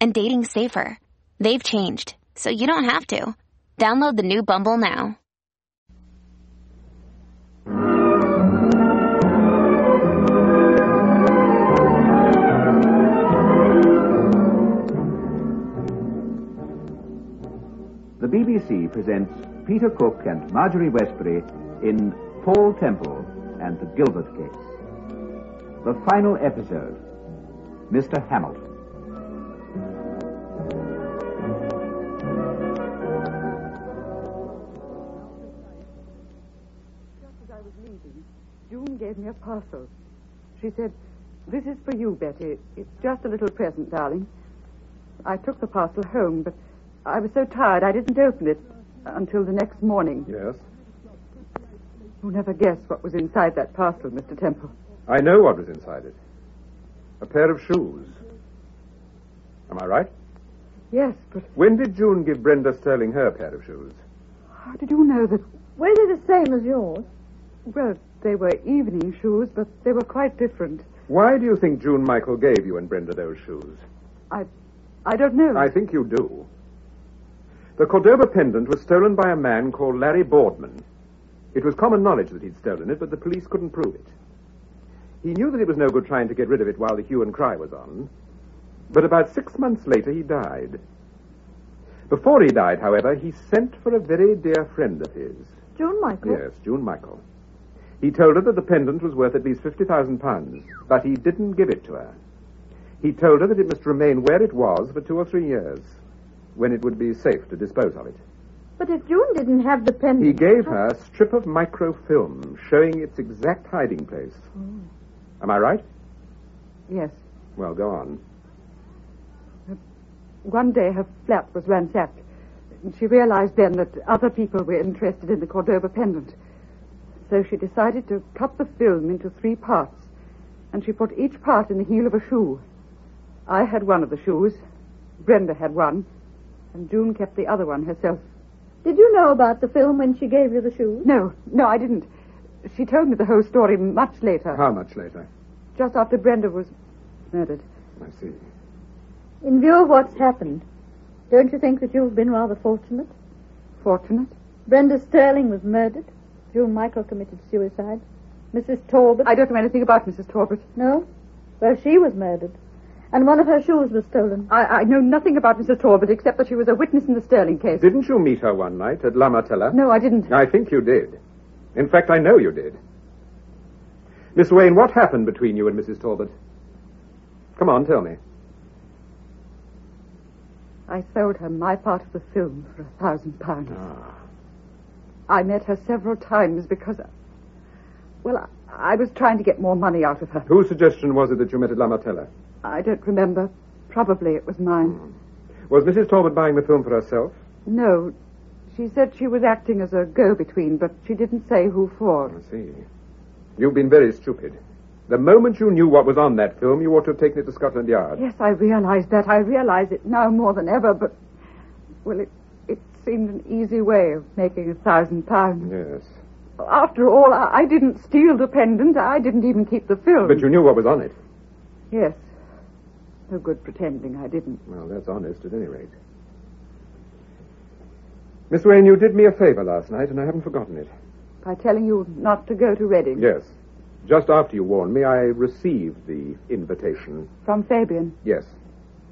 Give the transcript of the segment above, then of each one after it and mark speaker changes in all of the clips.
Speaker 1: and dating safer. They've changed, so you don't have to. Download the new Bumble now.
Speaker 2: The BBC presents Peter Cook and Marjorie Westbury in Paul Temple and the Gilbert Case. The final episode Mr. Hamilton.
Speaker 3: Just as I was leaving, June gave me a parcel. She said, This is for you, Betty. It's just a little present, darling. I took the parcel home, but I was so tired I didn't open it until the next morning.
Speaker 4: Yes.
Speaker 3: You'll never guess what was inside that parcel, Mr. Temple.
Speaker 4: I know what was inside it. A pair of shoes. Am I right?
Speaker 3: Yes, but
Speaker 4: When did June give Brenda Sterling her pair of shoes?
Speaker 3: how did you know that?
Speaker 5: Were they the same as yours?
Speaker 3: Well, they were evening shoes, but they were quite different.
Speaker 4: Why do you think June Michael gave you and Brenda those shoes?
Speaker 3: I, I don't know.
Speaker 4: I think you do. The Cordoba pendant was stolen by a man called Larry Boardman. It was common knowledge that he'd stolen it, but the police couldn't prove it. He knew that it was no good trying to get rid of it while the hue and cry was on. But about six months later, he died. Before he died, however, he sent for a very dear friend of his.
Speaker 5: June Michael?
Speaker 4: Yes, June Michael. He told her that the pendant was worth at least fifty thousand pounds, but he didn't give it to her. He told her that it must remain where it was for two or three years, when it would be safe to dispose of it.
Speaker 5: But if June didn't have the pendant.
Speaker 3: Mm.
Speaker 4: He gave her a strip of microfilm showing its exact hiding place. Am I right?
Speaker 3: Yes.
Speaker 4: Well, go on.
Speaker 3: One day her flat was ransacked. and She realized then that other people were interested in the Cordoba pendant. So she decided to cut the film into three parts, and she put each part in the heel of a shoe. I had one of the shoes, Brenda had one, and June kept the other one herself.
Speaker 5: Did you know about the film when she gave you the shoes?
Speaker 3: No, no, I didn't. She told me the whole story much later,
Speaker 4: How much later?
Speaker 3: just after Brenda was murdered.
Speaker 4: I see.
Speaker 5: In view of what's happened, don't you think that you've been rather fortunate?
Speaker 3: Fortunate?
Speaker 5: Brenda Sterling was murdered. June Michael committed suicide. Mrs. Talbot.
Speaker 3: I don't know anything about Mrs. Talbot.
Speaker 5: No? Well, she was murdered. And one of her shoes was stolen.
Speaker 3: I, I know nothing about Mrs. Talbot except that she was a witness in the Sterling case.
Speaker 4: Didn't you meet her one night at La Martella?
Speaker 3: No, I didn't.
Speaker 4: I think you did. In fact, I know you did. Miss Wayne, what happened between you and Mrs. Talbot? Come on, tell me.
Speaker 3: I sold her my part of the film for a thousand pounds. I met her several times because, well, I, I was trying to get more money out of her.
Speaker 4: Whose suggestion was it that you met at La Martella?
Speaker 3: I don't remember. Probably it was mine.
Speaker 4: Was Mrs. Talbot buying the film for herself?
Speaker 3: No, she said she was acting as a go-between, but she didn't say who for.
Speaker 4: I see. You've been very stupid. The moment you knew what was on that film, you ought to have taken it to Scotland Yard.
Speaker 3: Yes, I realize that. I realize it now more than ever, but, well, it, it seemed an easy way of making a thousand pounds.
Speaker 4: Yes.
Speaker 3: After all, I, I didn't steal the pendant. I didn't even keep the film.
Speaker 4: But you knew what was on it.
Speaker 3: Yes. No good pretending I didn't.
Speaker 4: Well, that's honest at any rate. Miss Wayne, you did me a favor last night, and I haven't forgotten it.
Speaker 3: By telling you not to go to Reading.
Speaker 4: Yes. Just after you warned me, I received the invitation.
Speaker 3: From Fabian.
Speaker 4: Yes.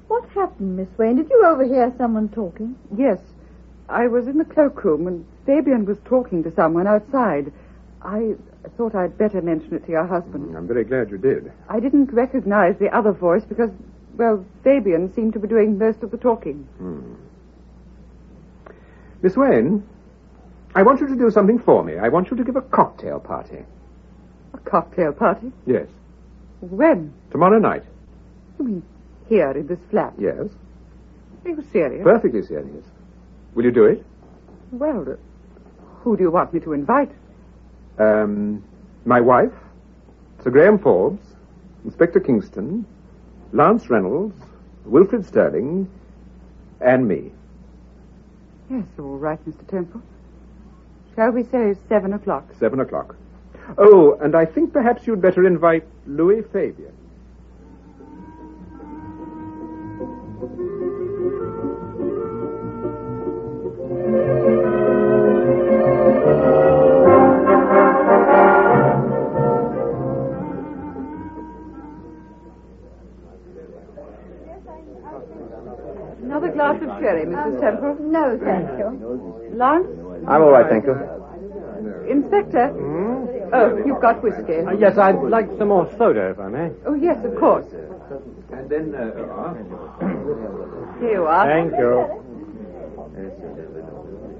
Speaker 5: What happened, Miss Wayne? Did you overhear someone talking?
Speaker 3: Yes. I was in the cloakroom and Fabian was talking to someone outside. I thought I'd better mention it to your husband.
Speaker 4: I'm very glad you did.
Speaker 3: I didn't recognize the other voice because, well, Fabian seemed to be doing most of the talking.
Speaker 4: Miss Wayne, I want you to do something for me. I want you to give a cocktail party.
Speaker 3: A cocktail party?
Speaker 4: Yes.
Speaker 3: When?
Speaker 4: Tomorrow night.
Speaker 3: You mean here in this flat?
Speaker 4: Yes.
Speaker 3: Are you serious?
Speaker 4: Perfectly serious. Will you do it?
Speaker 3: Well, uh, who do you want me to invite?
Speaker 4: Um, my wife, Sir Graham Forbes, Inspector Kingston, Lance Reynolds, Wilfred Sterling, and me.
Speaker 3: Yes, all right, Mr. Temple. Shall we say seven o'clock?
Speaker 4: Seven o'clock. Oh, and I think perhaps you'd better invite Louis Fabian.
Speaker 3: Another glass of sherry, Mrs. Temple.
Speaker 5: No, thank you.
Speaker 3: Lance?
Speaker 6: I'm all right, thank you.
Speaker 3: Inspector? Oh, you've got whiskey.
Speaker 6: yes, I'd like some more soda, if I may.
Speaker 3: Oh, yes, of course.
Speaker 4: And then, uh,
Speaker 3: Here you are.
Speaker 6: Thank you.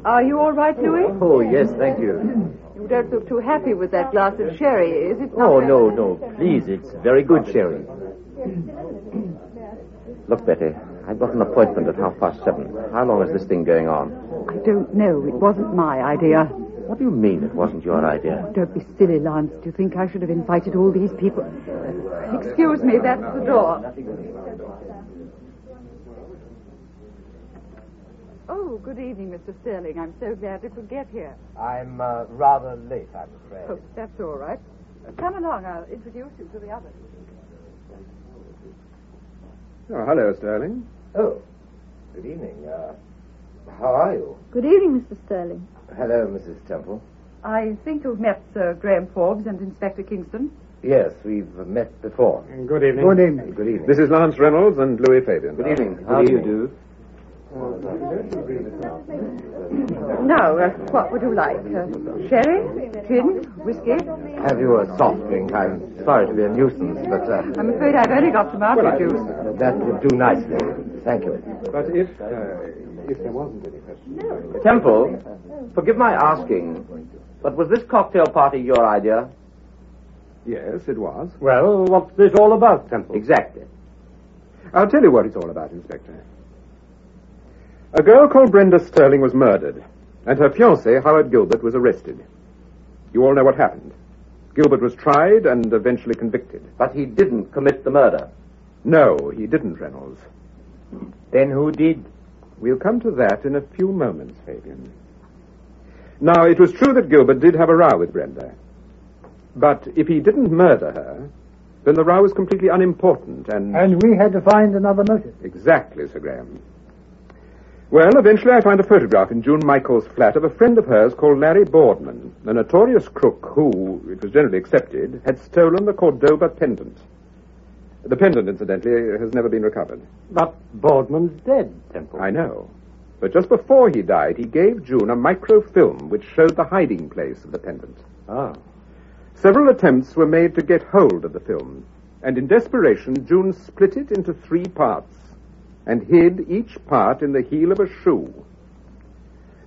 Speaker 3: Are you all right, Louis?
Speaker 6: Oh, yes, thank you.
Speaker 3: You don't look too happy with that glass of sherry, is it?
Speaker 6: Oh, no, no, please, it's very good sherry. Look, Betty, I've got an appointment at half past seven. How long is this thing going on?
Speaker 3: I don't know. It wasn't my idea.
Speaker 6: What do you mean it wasn't your idea?
Speaker 3: Don't be silly, Lance. Do you think I should have invited all these people? Excuse me, that's the door. Oh, good evening, Mr. Sterling. I'm so glad you could get here.
Speaker 7: I'm uh, rather late, I'm afraid.
Speaker 3: Oh, that's all right. Come along. I'll introduce you to the others.
Speaker 4: oh, hello, Sterling.
Speaker 7: Oh, good evening. Uh, how are you?
Speaker 5: Good evening, Mr. Sterling.
Speaker 7: Hello, Mrs. Temple.
Speaker 3: I think you've met Sir Graham Forbes and Inspector Kingston.
Speaker 7: Yes, we've met before.
Speaker 6: Good evening. Good evening.
Speaker 7: Good evening.
Speaker 4: This is Lance Reynolds and Louis Fabian.
Speaker 6: Good evening.
Speaker 7: How do you
Speaker 6: do?
Speaker 3: Now, uh, what would you like? Uh, sherry? Gin? Whiskey?
Speaker 7: Have you a soft drink? I'm sorry to be a nuisance, but uh,
Speaker 3: I'm afraid I've only got tomato juice.
Speaker 7: that would do nicely. Thank you.
Speaker 4: But if, uh, if there wasn't any question.
Speaker 6: Temple, forgive my asking, but was this cocktail party your idea?
Speaker 4: Yes, it was.
Speaker 6: Well, what's this all about, Temple? Exactly.
Speaker 4: I'll tell you what it's all about, Inspector. A girl called Brenda Sterling was murdered, and her fiancé, Howard Gilbert, was arrested. You all know what happened. Gilbert was tried and eventually convicted.
Speaker 6: But he didn't commit the murder.
Speaker 4: No, he didn't, Reynolds.
Speaker 6: Then who did?
Speaker 4: We'll come to that in a few moments, Fabian. Now, it was true that Gilbert did have a row with Brenda. But if he didn't murder her, then the row was completely unimportant and.
Speaker 8: And we had to find another motive.
Speaker 4: Exactly, Sir Graham. Well, eventually I found a photograph in June Michael's flat of a friend of hers called Larry Boardman, a notorious crook who, it was generally accepted, had stolen the Cordoba pendant. The pendant, incidentally, has never been recovered.
Speaker 6: But Boardman's dead, Temple.
Speaker 4: I know. But just before he died, he gave June a microfilm which showed the hiding place of the pendant.
Speaker 6: Oh.
Speaker 4: Several attempts were made to get hold of the film, and in desperation, June split it into three parts and hid each part in the heel of a shoe.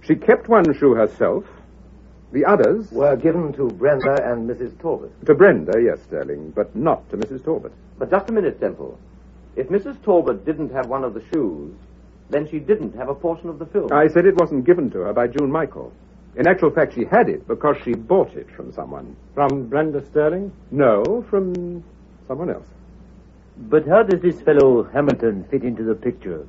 Speaker 4: She kept one shoe herself, the others
Speaker 7: Were given to Brenda and Mrs. Talbot.
Speaker 4: to Brenda, yes, Sterling, but not to Mrs. Talbot.
Speaker 6: But just a minute, Temple. If Mrs. Talbot didn't have one of the shoes, then she didn't have a portion of the film.
Speaker 4: I said it wasn't given to her by June Michael. In actual fact, she had it because she bought it from someone.
Speaker 6: From Brenda Sterling?
Speaker 4: No, from someone else.
Speaker 9: But how does this fellow Hamilton fit into the picture?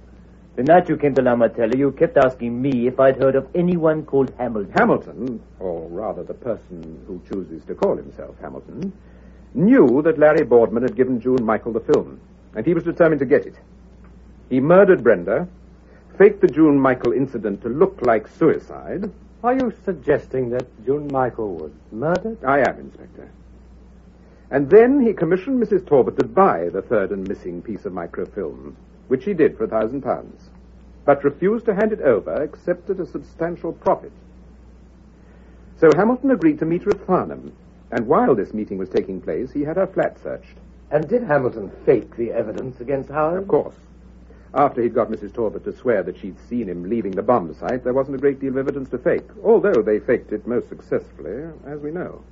Speaker 9: The night you came to La Martella, you kept asking me if I'd heard of anyone called Hamilton.
Speaker 4: Hamilton, or rather the person who chooses to call himself Hamilton, knew that Larry Boardman had given June Michael the film, and he was determined to get it. He murdered Brenda, faked the June Michael incident to look like suicide.
Speaker 6: Are you suggesting that June Michael was murdered?
Speaker 4: I am, Inspector. And then he commissioned Mrs. Talbot to buy the third and missing piece of microfilm, which she did for a thousand pounds, but refused to hand it over except at a substantial profit. So Hamilton agreed to meet her at Farnham, and while this meeting was taking place, he had her flat searched.
Speaker 7: And did Hamilton fake the evidence against
Speaker 4: Of
Speaker 7: Howard?
Speaker 4: course. After he'd got Mrs. Talbot to swear that she'd seen him leaving the bomb site, there wasn't a great deal of evidence to fake, although they faked it most successfully, as we know.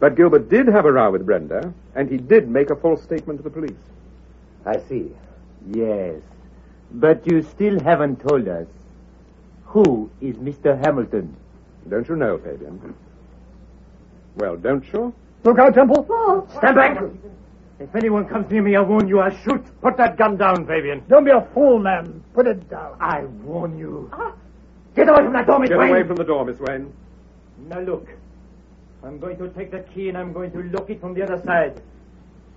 Speaker 4: But Gilbert did have a row with Brenda, and he did make a false statement to the police.
Speaker 7: I see.
Speaker 9: Yes. But you still haven't told us. Who is Mr. Hamilton?
Speaker 4: Don't you know, Fabian? Well, don't you?
Speaker 8: Look out, Temple.
Speaker 10: Stand back. If anyone comes near me, I warn you, I shoot. Put that gun down, Fabian.
Speaker 8: Don't be a fool, man. Put it down.
Speaker 10: I warn you. Get away from that door, Miss
Speaker 4: Get
Speaker 10: Wayne.
Speaker 4: away from the door, Miss Wayne.
Speaker 10: Now look. I'm going to take the key and I'm going to lock it from the other side.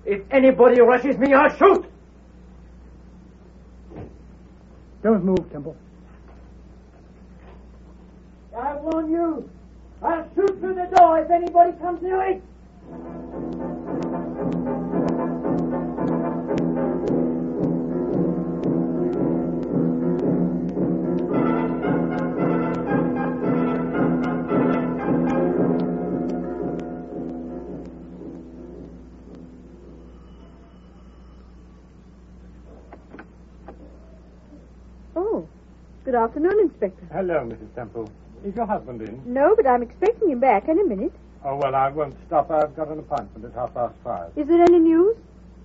Speaker 10: If anybody rushes me, I'll shoot.
Speaker 8: Don't move, Temple.
Speaker 11: I warn you. I'll shoot through the door if anybody comes near it.
Speaker 5: Oh, good afternoon, Inspector.
Speaker 12: Hello, Mrs. Temple. Is your husband in?
Speaker 5: No, but I'm expecting him back any minute.
Speaker 12: Oh, well, I won't stop. I've got an appointment at half past five.
Speaker 5: Is there any news?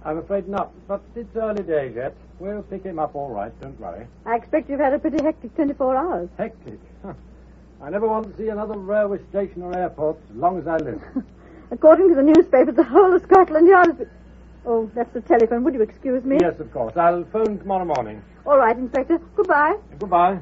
Speaker 12: I'm afraid not, but it's early days yet. We'll pick him up all right, don't worry.
Speaker 5: I expect you've had a pretty hectic 24 hours.
Speaker 12: Hectic. Huh. I never want to see another railway station or airport as long as I live.
Speaker 5: According to the newspapers, the whole of Scotland Yard is... Oh, that's the telephone. Would you excuse me?
Speaker 12: yes, of course. I'll phone tomorrow morning.
Speaker 5: All right, Inspector. Goodbye.
Speaker 12: Goodbye.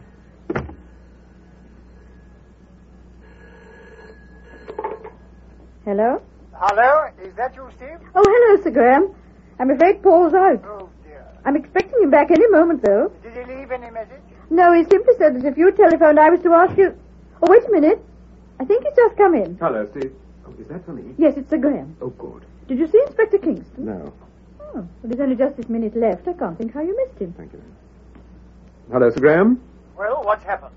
Speaker 5: Hello?
Speaker 13: Hello? Is that you, Steve?
Speaker 5: Oh, hello, Sir Graham. I'm afraid Paul's out.
Speaker 13: Oh, dear.
Speaker 5: I'm expecting him back any moment, though.
Speaker 13: Did he leave any message?
Speaker 5: No, he simply said that if you telephoned, I was to ask you... Oh, wait a minute. I think he's just come in.
Speaker 4: Hello, Steve. Oh, is that for me?
Speaker 5: Yes, it's Sir Graham.
Speaker 4: Oh, good.
Speaker 5: Did you see Inspector Kingston?
Speaker 4: No.
Speaker 5: Oh, well, there's only just this minute left. I can't think how you missed him.
Speaker 4: Thank you. Hello, Sir Graham.
Speaker 13: Well, what's happened?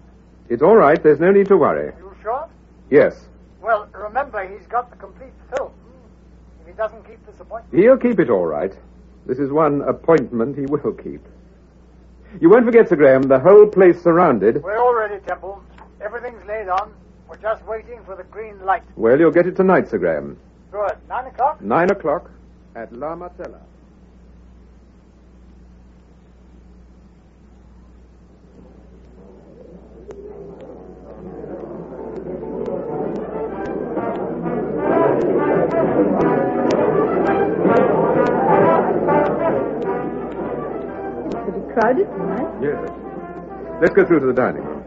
Speaker 4: It's all right. There's no need to worry.
Speaker 13: You sure?
Speaker 4: Yes.
Speaker 13: Well, remember, he's got the complete film. If he doesn't keep this appointment.
Speaker 4: He'll keep it all right. This is one appointment he will keep. You won't forget, Sir Graham, the whole place surrounded.
Speaker 13: We're all ready, Temple. Everything's laid on. We're just waiting for the green light.
Speaker 4: Well, you'll get it tonight, Sir Graham.
Speaker 13: Good. Nine o'clock?
Speaker 4: Nine o'clock at La Martella.
Speaker 5: It's pretty crowded tonight.
Speaker 4: Yes. Let's go through to the dining room.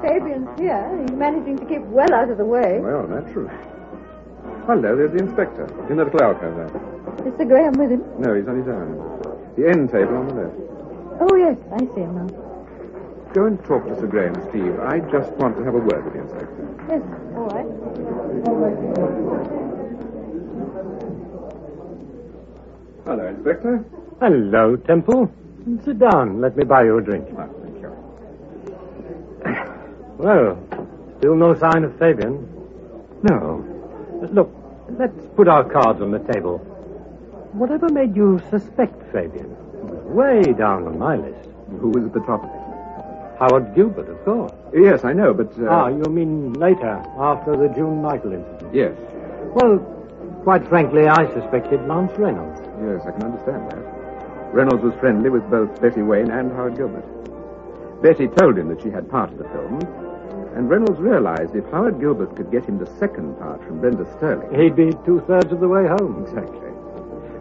Speaker 5: Fabian's here. He's managing to keep well out of the way.
Speaker 4: Well, naturally. Hello, there's the inspector. In the little alcove there.
Speaker 5: Is Sir Graham with him?
Speaker 4: No, he's on his own. The end table on the left.
Speaker 5: Oh, yes, I see him now.
Speaker 4: Go and talk to Sir Graham, Steve. I just want to have a word with the inspector.
Speaker 5: Yes, all right.
Speaker 4: Hello, Inspector.
Speaker 10: Hello, Temple. Sit down. Let me buy you a drink.
Speaker 4: thank you.
Speaker 10: Well, still no sign of Fabian. No. Look, let's put our cards on the table. Whatever made you suspect Fabian? It was way down on my list.
Speaker 4: Who was at the top?
Speaker 10: Howard Gilbert, of course.
Speaker 4: Yes, I know, but. Uh...
Speaker 10: Ah, you mean later, after the June Michael incident?
Speaker 4: Yes.
Speaker 10: Well, quite frankly, I suspected Lance Reynolds.
Speaker 4: Yes, I can understand that. Reynolds was friendly with both Betty Wayne and Howard Gilbert. Betty told him that she had part of the film, and Reynolds realized if Howard Gilbert could get him the second part from Brenda Sterling.
Speaker 10: He'd be two thirds of the way home.
Speaker 4: Exactly.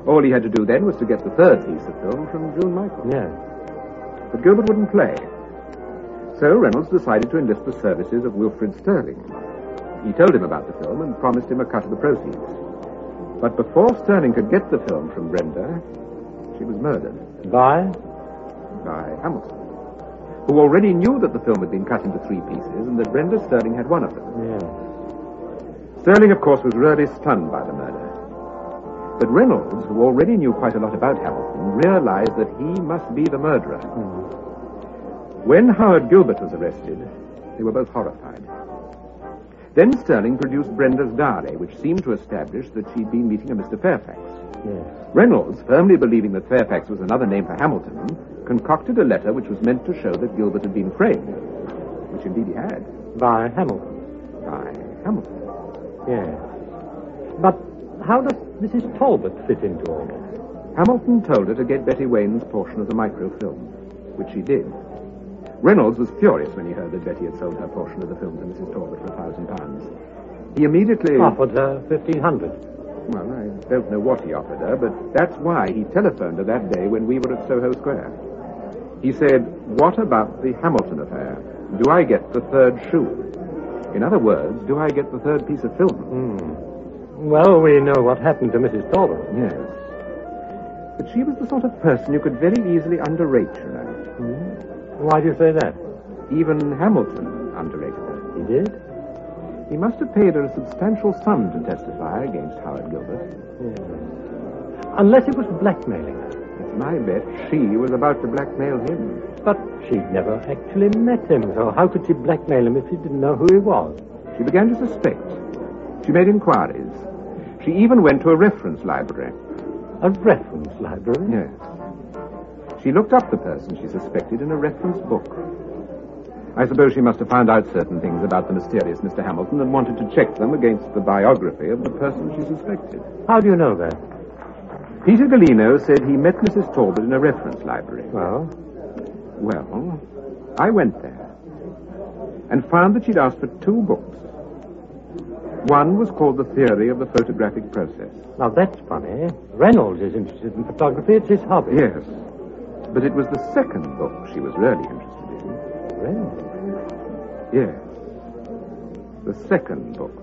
Speaker 4: All he had to do then was to get the third piece of film from June Michael.
Speaker 10: Yes.
Speaker 4: But Gilbert wouldn't play. So Reynolds decided to enlist the services of Wilfred Sterling. He told him about the film and promised him a cut of the proceeds. But before Sterling could get the film from Brenda, she was murdered
Speaker 10: By?
Speaker 4: by Hamilton, who already knew that the film had been cut into three pieces and that Brenda Sterling had one of them.
Speaker 10: Yes.
Speaker 4: Sterling, of course, was really stunned by the murder. But Reynolds, who already knew quite a lot about Hamilton, realized that he must be the murderer. When Howard Gilbert was arrested, they were both horrified. Then Sterling produced Brenda's diary, which seemed to establish that she'd been meeting a Mr. Fairfax.
Speaker 10: Yes.
Speaker 4: Reynolds, firmly believing that Fairfax was another name for Hamilton, concocted a letter which was meant to show that Gilbert had been framed, which indeed he had.
Speaker 10: By Hamilton.
Speaker 4: By Hamilton.
Speaker 10: Yes. But how does Mrs. Talbot fit into all this?
Speaker 4: Hamilton told her to get Betty Wayne's portion of the microfilm, which she did. Reynolds was furious when he heard that Betty had sold her portion of the film to Mrs. Talbot for a thousand pounds. He immediately
Speaker 10: Offered her fifteen hundred.
Speaker 4: Well, I don't know what he offered her, but that's why he telephoned her that day when we were at Soho Square. He said, What about the Hamilton affair? Do I get the third shoe? In other words, do I get the third piece of film?
Speaker 10: Well, we know what happened to Mrs. Talbot.
Speaker 4: Yes. But she was the sort of person you could very easily underrate, you know.
Speaker 10: Why do you say that?
Speaker 4: Even Hamilton underrated her.
Speaker 10: He did?
Speaker 4: He must have paid her a substantial sum to testify against Howard Gilbert.
Speaker 10: Yes. Unless it was blackmailing her.
Speaker 4: It's my bet she was about to blackmail him.
Speaker 10: But she'd never actually met him, so how could she blackmail him if she didn't know who he was?
Speaker 4: She began to suspect. She made inquiries. She even went to a reference library.
Speaker 10: A reference library?
Speaker 4: Yes. She looked up the person she suspected in a reference book. I suppose she must have found out certain things about the mysterious Mr. Hamilton and wanted to check them against the biography of the person she suspected.
Speaker 10: How do you know that?
Speaker 4: Peter Galino said he met Mrs. Talbot in a reference library.
Speaker 10: Well?
Speaker 4: Well, I went there and found that she'd asked for two books. One was called The Theory of the Photographic Process.
Speaker 10: Now that's funny. Reynolds is interested in photography. It's his hobby.
Speaker 4: Yes. But it was the second book she was really interested in.
Speaker 10: Reynolds?
Speaker 4: Yes. The second book.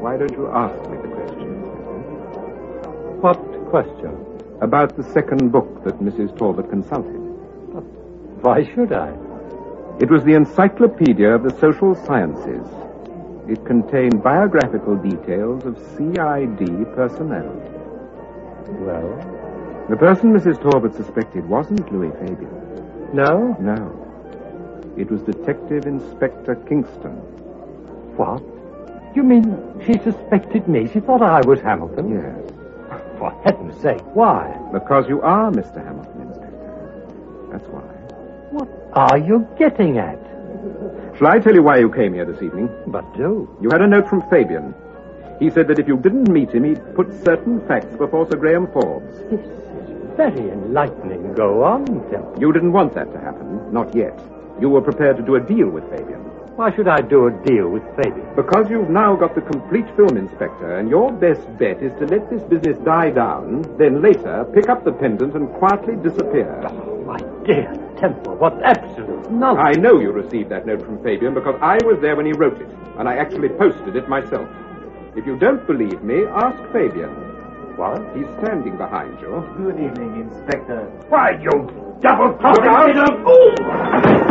Speaker 4: Why don't you ask me the question?
Speaker 10: What question?
Speaker 4: About the second book that Mrs. Talbot consulted.
Speaker 10: Why should I?
Speaker 4: It was the Encyclopedia of the Social Sciences. It contained biographical details of CID personnel.
Speaker 10: Well?
Speaker 4: The person Mrs. Talbot suspected wasn't Louis Fabian.
Speaker 10: No?
Speaker 4: No. It was Detective Inspector Kingston.
Speaker 10: What? You mean she suspected me? She thought I was Hamilton?
Speaker 4: Yes.
Speaker 10: For heaven's sake, why?
Speaker 4: Because you are Mr. Hamilton, Inspector. That's why.
Speaker 10: Are you getting at?
Speaker 4: Shall I tell you why you came here this evening?
Speaker 10: But do.
Speaker 4: You had a note from Fabian. He said that if you didn't meet him, he'd put certain facts before Sir Graham Forbes.
Speaker 10: This is very enlightening. Go on, tell.
Speaker 4: You didn't want that to happen. Not yet. You were prepared to do a deal with Fabian.
Speaker 10: Why should I do a deal with Fabian?
Speaker 4: Because you've now got the complete film, Inspector, and your best bet is to let this business die down, then later pick up the pendant and quietly disappear.
Speaker 10: My dear Temple, what absolute nonsense.
Speaker 4: I know you received that note from Fabian because I was there when he wrote it, and I actually posted it myself. If you don't believe me, ask Fabian.
Speaker 10: What?
Speaker 4: He's standing behind you.
Speaker 7: Good evening, Inspector. Why, you double
Speaker 4: Look out!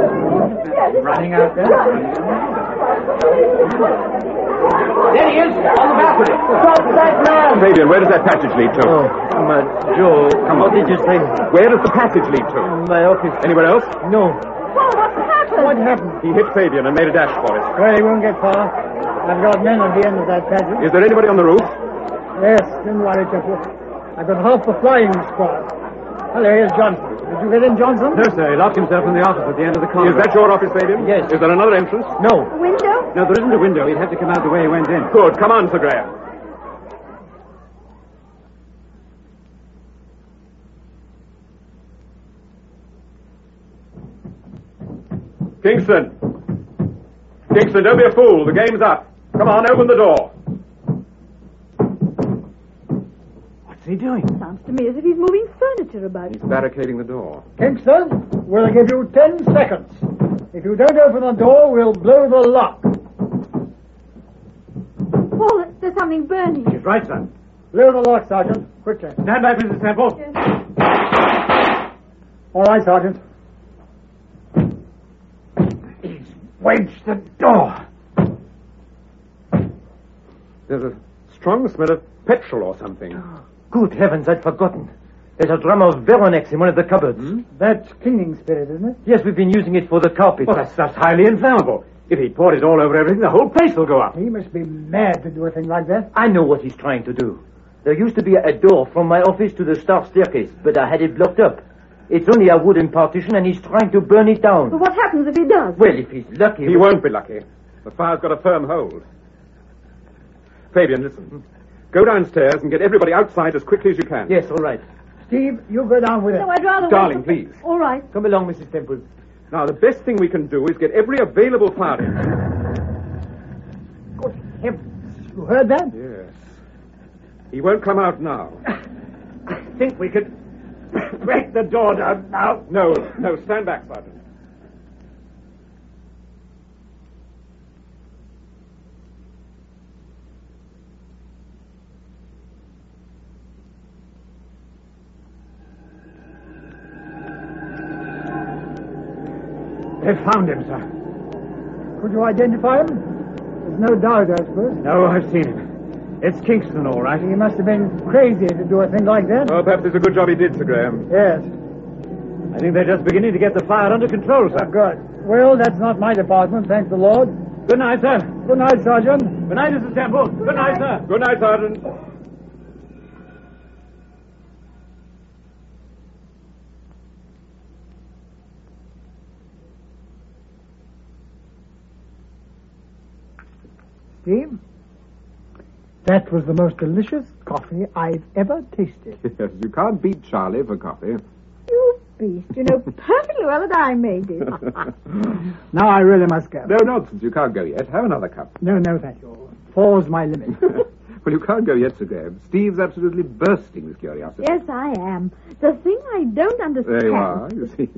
Speaker 7: Running out there? There he is, on the balcony.
Speaker 10: Stop that man!
Speaker 4: Fabian, where does that passage lead to?
Speaker 10: Oh, my jaw. What did you say?
Speaker 4: Where does the passage lead to?
Speaker 10: My office.
Speaker 4: Anywhere else?
Speaker 10: No.
Speaker 8: What happened?
Speaker 4: He hit Fabian and made a dash for it.
Speaker 8: Well, he won't get far. I've got men at the end of that passage.
Speaker 4: Is there anybody on the roof?
Speaker 8: Yes, don't worry, Temple. I've got half the flying squad. Hello, here's Johnson. Did you get in, Johnson?
Speaker 10: No, sir. He locked himself in the office at the end of the corridor.
Speaker 4: Is that your office, Fabian?
Speaker 10: Yes.
Speaker 4: Is there another entrance?
Speaker 10: No.
Speaker 5: Window?
Speaker 10: No, there isn't a window. He'd have to come out the way he went in.
Speaker 4: Good. Come on, Sir Graham. Kingston. Kingston, don't be a fool. The game's up. Come on, open the door.
Speaker 10: What's he doing?
Speaker 5: Sounds to me as if he's moving furniture about.
Speaker 4: He's barricading the door.
Speaker 8: Kingston, we'll give you ten seconds. If you don't open the door, we'll blow the lock.
Speaker 5: Paul, there's something burning.
Speaker 10: He's right, son.
Speaker 8: Blow the lock, Sergeant. Quickly.
Speaker 10: Stand by, Mrs. Temple.
Speaker 8: All right, Sergeant.
Speaker 7: Wedge the door.
Speaker 4: There's a strong smell of petrol or something.
Speaker 10: Good heavens, I'd forgotten. There's a drum of Veronex in one of the cupboards.
Speaker 8: Hmm? That's clinging spirit, isn't it?
Speaker 10: Yes, we've been using it for the carpet.
Speaker 3: Well, that stuff's highly inflammable. If he poured it all over everything, the whole place will go up.
Speaker 8: He must be mad to do a thing like that.
Speaker 10: I know what he's trying to do. There used to be a door from my office to the staff staircase, but I had it blocked up. It's only a wooden partition, and he's trying to burn it down.
Speaker 5: But what happens if he does?
Speaker 10: Well, if he's lucky.
Speaker 6: He won't be lucky. The fire's got a firm hold. Fabian, listen. Go downstairs and get everybody outside as quickly as you can.
Speaker 10: Yes, all right.
Speaker 8: Steve, you go down with it.
Speaker 5: No, I'd rather wait
Speaker 6: Darling,
Speaker 5: for-
Speaker 6: please.
Speaker 5: All right.
Speaker 10: Come along, Mrs. Temple.
Speaker 6: Now, the best thing we can do is get every available fire in.
Speaker 8: Heavens, you heard that?
Speaker 6: Yes. He won't come out now.
Speaker 3: I think we could break the door down now.
Speaker 6: No, no, stand back, Sergeant.
Speaker 8: They've found him, sir. Could you identify him? There's no doubt, I suppose.
Speaker 3: No, I've seen him. It's Kingston, all right.
Speaker 8: He must have been crazy to do a thing like that.
Speaker 6: Oh, perhaps it's a good job he did, Sir Graham.
Speaker 8: Yes.
Speaker 3: I think they're just beginning to get the fire under control, sir.
Speaker 8: Good. Well, that's not my department, thank the Lord.
Speaker 3: Good night, sir.
Speaker 8: Good night, Sergeant.
Speaker 3: Good night, Mrs. Temple. Good, night, sir.
Speaker 6: Good night, Sergeant.
Speaker 8: Steve, that was the most delicious coffee I've ever tasted.
Speaker 6: Yes, you can't beat Charlie for coffee.
Speaker 5: You beast. You know perfectly well that I made it.
Speaker 8: Now I really must go.
Speaker 6: No nonsense, you can't go yet. Have another cup.
Speaker 8: No, no, thank you. Four's my limit.
Speaker 6: Well, you can't go yet, Sir Graham. Steve's absolutely bursting with curiosity.
Speaker 5: yes, I am. The thing I don't understand.
Speaker 6: There you are, you see.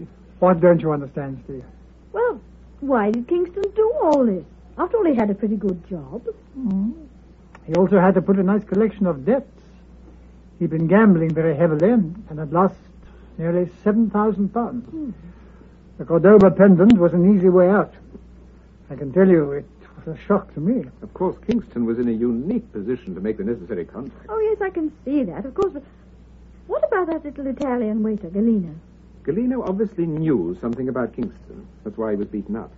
Speaker 8: what don't you understand, Steve?
Speaker 5: Well, why did Kingston do all this? After all, he had a pretty good job.
Speaker 8: He also had to put a nice collection of debts. He'd been gambling very heavily and had lost nearly 7,000 pounds. The Cordoba pendant was an easy way out. I can tell you it was a shock to me.
Speaker 6: Of course, Kingston was in a unique position to make the necessary contact.
Speaker 5: Oh, yes, I can see that, of course. But what about that little Italian waiter, Galena?
Speaker 6: Galeno obviously knew something about Kingston. That's why he was beaten up.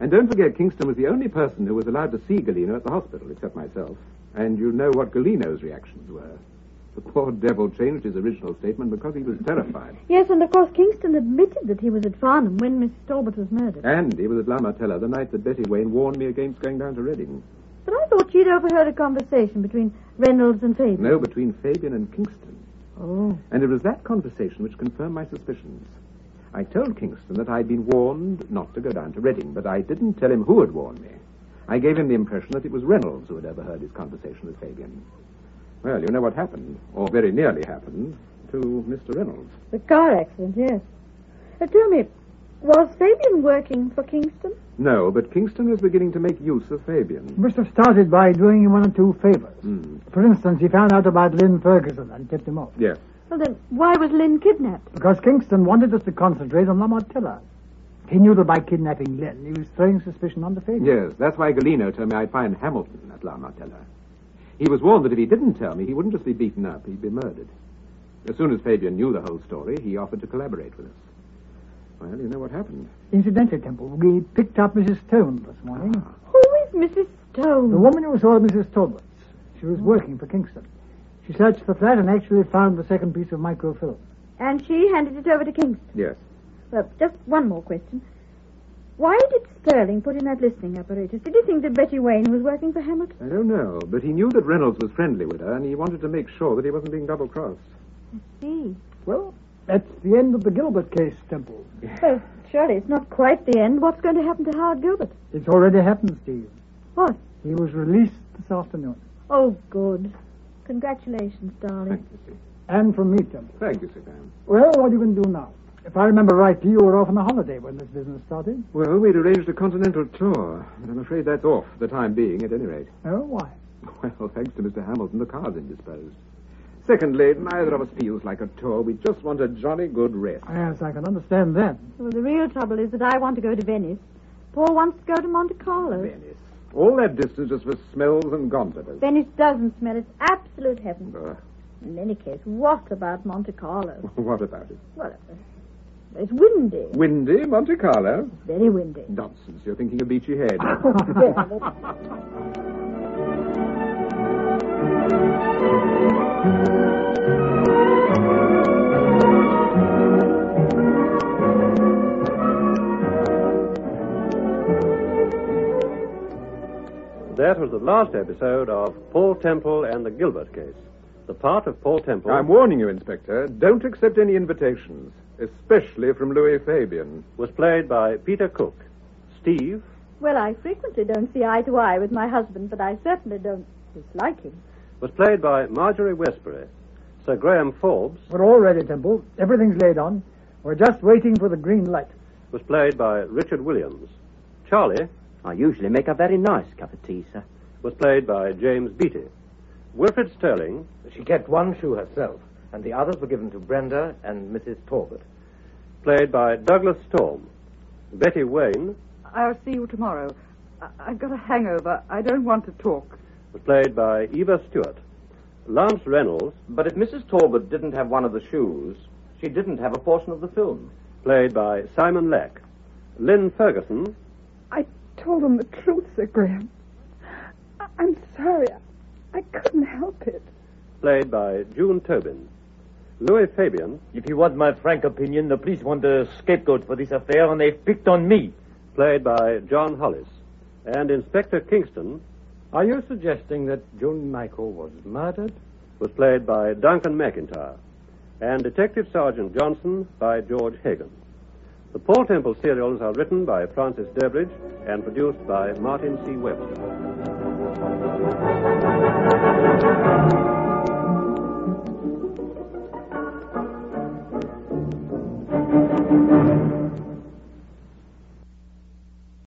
Speaker 6: And don't forget, Kingston was the only person who was allowed to see Galeno at the hospital, except myself. And you know what Galeno's reactions were. The poor devil changed his original statement because he was terrified.
Speaker 5: Yes, and of course, Kingston admitted that he was at Farnham when Miss Talbot was murdered.
Speaker 6: And he was at La Martella the night that Betty Wayne warned me against going down to Reading.
Speaker 5: But I thought she'd overheard a conversation between Reynolds and Fabian.
Speaker 6: No, between Fabian and Kingston.
Speaker 5: Oh.
Speaker 6: And it was that conversation which confirmed my suspicions. I told Kingston that I'd been warned not to go down to Reading, but I didn't tell him who had warned me. I gave him the impression that it was Reynolds who had overheard his conversation with Fabian. Well, you know what happened, or very nearly happened, to Mr. Reynolds.
Speaker 5: The car accident, yes. Uh, tell me, was Fabian working for Kingston?
Speaker 6: No, but Kingston was beginning to make use of Fabian.
Speaker 8: He must have started by doing him one or two favors.
Speaker 6: Hmm.
Speaker 8: For instance, he found out about Lynn Ferguson and tipped him off.
Speaker 6: Yes.
Speaker 5: Well, then, why was Lynn kidnapped?
Speaker 8: Because Kingston wanted us to concentrate on La Martella. He knew that by kidnapping Lynn, he was throwing suspicion on the Fabian.
Speaker 6: Yes, that's why Galino told me I'd find Hamilton at La Martella. He was warned that if he didn't tell me, he wouldn't just be beaten up, he'd be murdered. As soon as Fabian knew the whole story, he offered to collaborate with us. Well, you know what happened.
Speaker 8: Incidentally, Temple, we picked up Mrs. Stone this morning.
Speaker 5: Who is Mrs. Stone?
Speaker 8: The woman who saw Mrs. Talbot. She was working for Kingston. She searched the flat and actually found the second piece of microfilm.
Speaker 5: And she handed it over to Kingston.
Speaker 6: Yes.
Speaker 5: Well, just one more question. Why did Sterling put in that listening apparatus? Did he think that Betty Wayne was working for Hamilton?
Speaker 6: I don't know, but he knew that Reynolds was friendly with her, and he wanted to make sure that he wasn't being double crossed.
Speaker 5: See.
Speaker 8: Well, that's the end of the Gilbert case, Temple.
Speaker 5: Well, Oh, surely it's not quite the end. What's going to happen to Howard Gilbert?
Speaker 8: It's already happened, Steve.
Speaker 5: What?
Speaker 8: He was released this afternoon.
Speaker 5: Oh, good. Congratulations, darling.
Speaker 6: Thank you, Sir.
Speaker 8: And from me, Temple.
Speaker 6: Thank you, Sir Graham.
Speaker 8: Well, what are you going to do now? If I remember rightly, you were off on a holiday when this business started.
Speaker 6: Well, we'd arranged a continental tour, and I'm afraid that's off, for the time being, at any rate.
Speaker 8: Oh, why?
Speaker 6: Well, thanks to Mr. Hamilton, the car's indisposed. Secondly, neither of us feels like a tour. We just want a jolly good rest.
Speaker 8: Yes, I can understand that.
Speaker 5: Well, the real trouble is that I want to go to Venice. Paul wants to go to Monte Carlo.
Speaker 6: Venice. All that distance just for smells and gondolas.
Speaker 5: Venice doesn't smell. It's absolute heaven.
Speaker 6: Uh,
Speaker 5: In any case, what about Monte Carlo?
Speaker 4: What about it?
Speaker 5: Well, uh, it's windy.
Speaker 4: Windy, Monte Carlo.
Speaker 5: Very windy.
Speaker 4: Nonsense. You're thinking of Beachy Head.
Speaker 10: That was the last episode of Paul Temple and the Gilbert case. The part of Paul Temple.
Speaker 4: I'm warning you, Inspector. Don't accept any invitations, especially from Louis Fabian.
Speaker 10: Was played by Peter Cook. Steve.
Speaker 5: Well, I frequently don't see eye to eye with my husband, but I certainly don't dislike him.
Speaker 10: Was played by Marjorie Westbury. Sir Graham Forbes.
Speaker 8: We're all ready, Temple. Everything's laid on. We're just waiting for the green light.
Speaker 10: Was played by Richard Williams. Charlie.
Speaker 14: I usually make a very nice cup of tea, sir.
Speaker 10: Was played by James Beattie. Wilfred Sterling.
Speaker 15: She kept one shoe herself, and the others were given to Brenda and Mrs. Talbot.
Speaker 10: Played by Douglas Storm. Betty Wayne.
Speaker 3: I'll see you tomorrow. I- I've got a hangover. I don't want to talk.
Speaker 10: Was played by Eva Stewart. Lance Reynolds.
Speaker 6: But if Mrs. Talbot didn't have one of the shoes, she didn't have a portion of the film.
Speaker 10: Played by Simon Leck. Lynn Ferguson.
Speaker 16: told him the truth, Sir Graham. I- I'm sorry. I-, I couldn't help it.
Speaker 10: Played by June Tobin. Louis Fabian.
Speaker 17: If you want my frank opinion, the police want a scapegoat for this affair, and they've picked on me.
Speaker 10: Played by John Hollis. And Inspector Kingston.
Speaker 18: Are you suggesting that June Michael was murdered?
Speaker 10: Was played by Duncan McIntyre. And Detective Sergeant Johnson by George Hagan. The Paul Temple serials are written by Francis Durbridge and produced by Martin C. Webster.